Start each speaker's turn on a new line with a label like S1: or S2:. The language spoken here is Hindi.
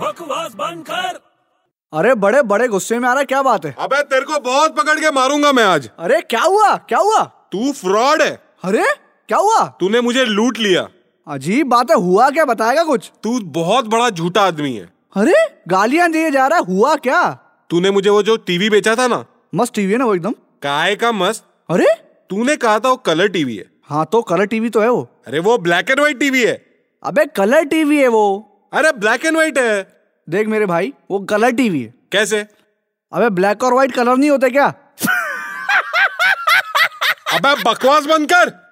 S1: बकवास बंद कर
S2: अरे बड़े बड़े गुस्से में आ रहा है, क्या बात है
S3: अबे तेरे को बहुत पकड़ के मारूंगा मैं आज
S2: अरे क्या हुआ क्या हुआ
S3: तू फ्रॉड है
S2: अरे क्या हुआ
S3: तूने मुझे लूट लिया
S2: अजीब बात है हुआ क्या बताएगा कुछ
S3: तू बहुत बड़ा झूठा आदमी है
S2: अरे गालियां दिए जा रहा है हुआ क्या
S3: तूने मुझे वो जो टीवी बेचा था ना
S2: मस्त टीवी है ना वो एकदम
S3: काय का मस्त
S2: अरे
S3: तूने कहा था वो कलर टीवी है
S2: हाँ तो कलर टीवी तो है वो
S3: अरे वो ब्लैक एंड व्हाइट टीवी है
S2: अबे कलर टीवी है वो
S3: अरे ब्लैक एंड व्हाइट है
S2: देख मेरे भाई वो कलर टीवी है
S3: कैसे
S2: अबे ब्लैक और व्हाइट कलर नहीं होते क्या
S3: अबे बकवास बंद कर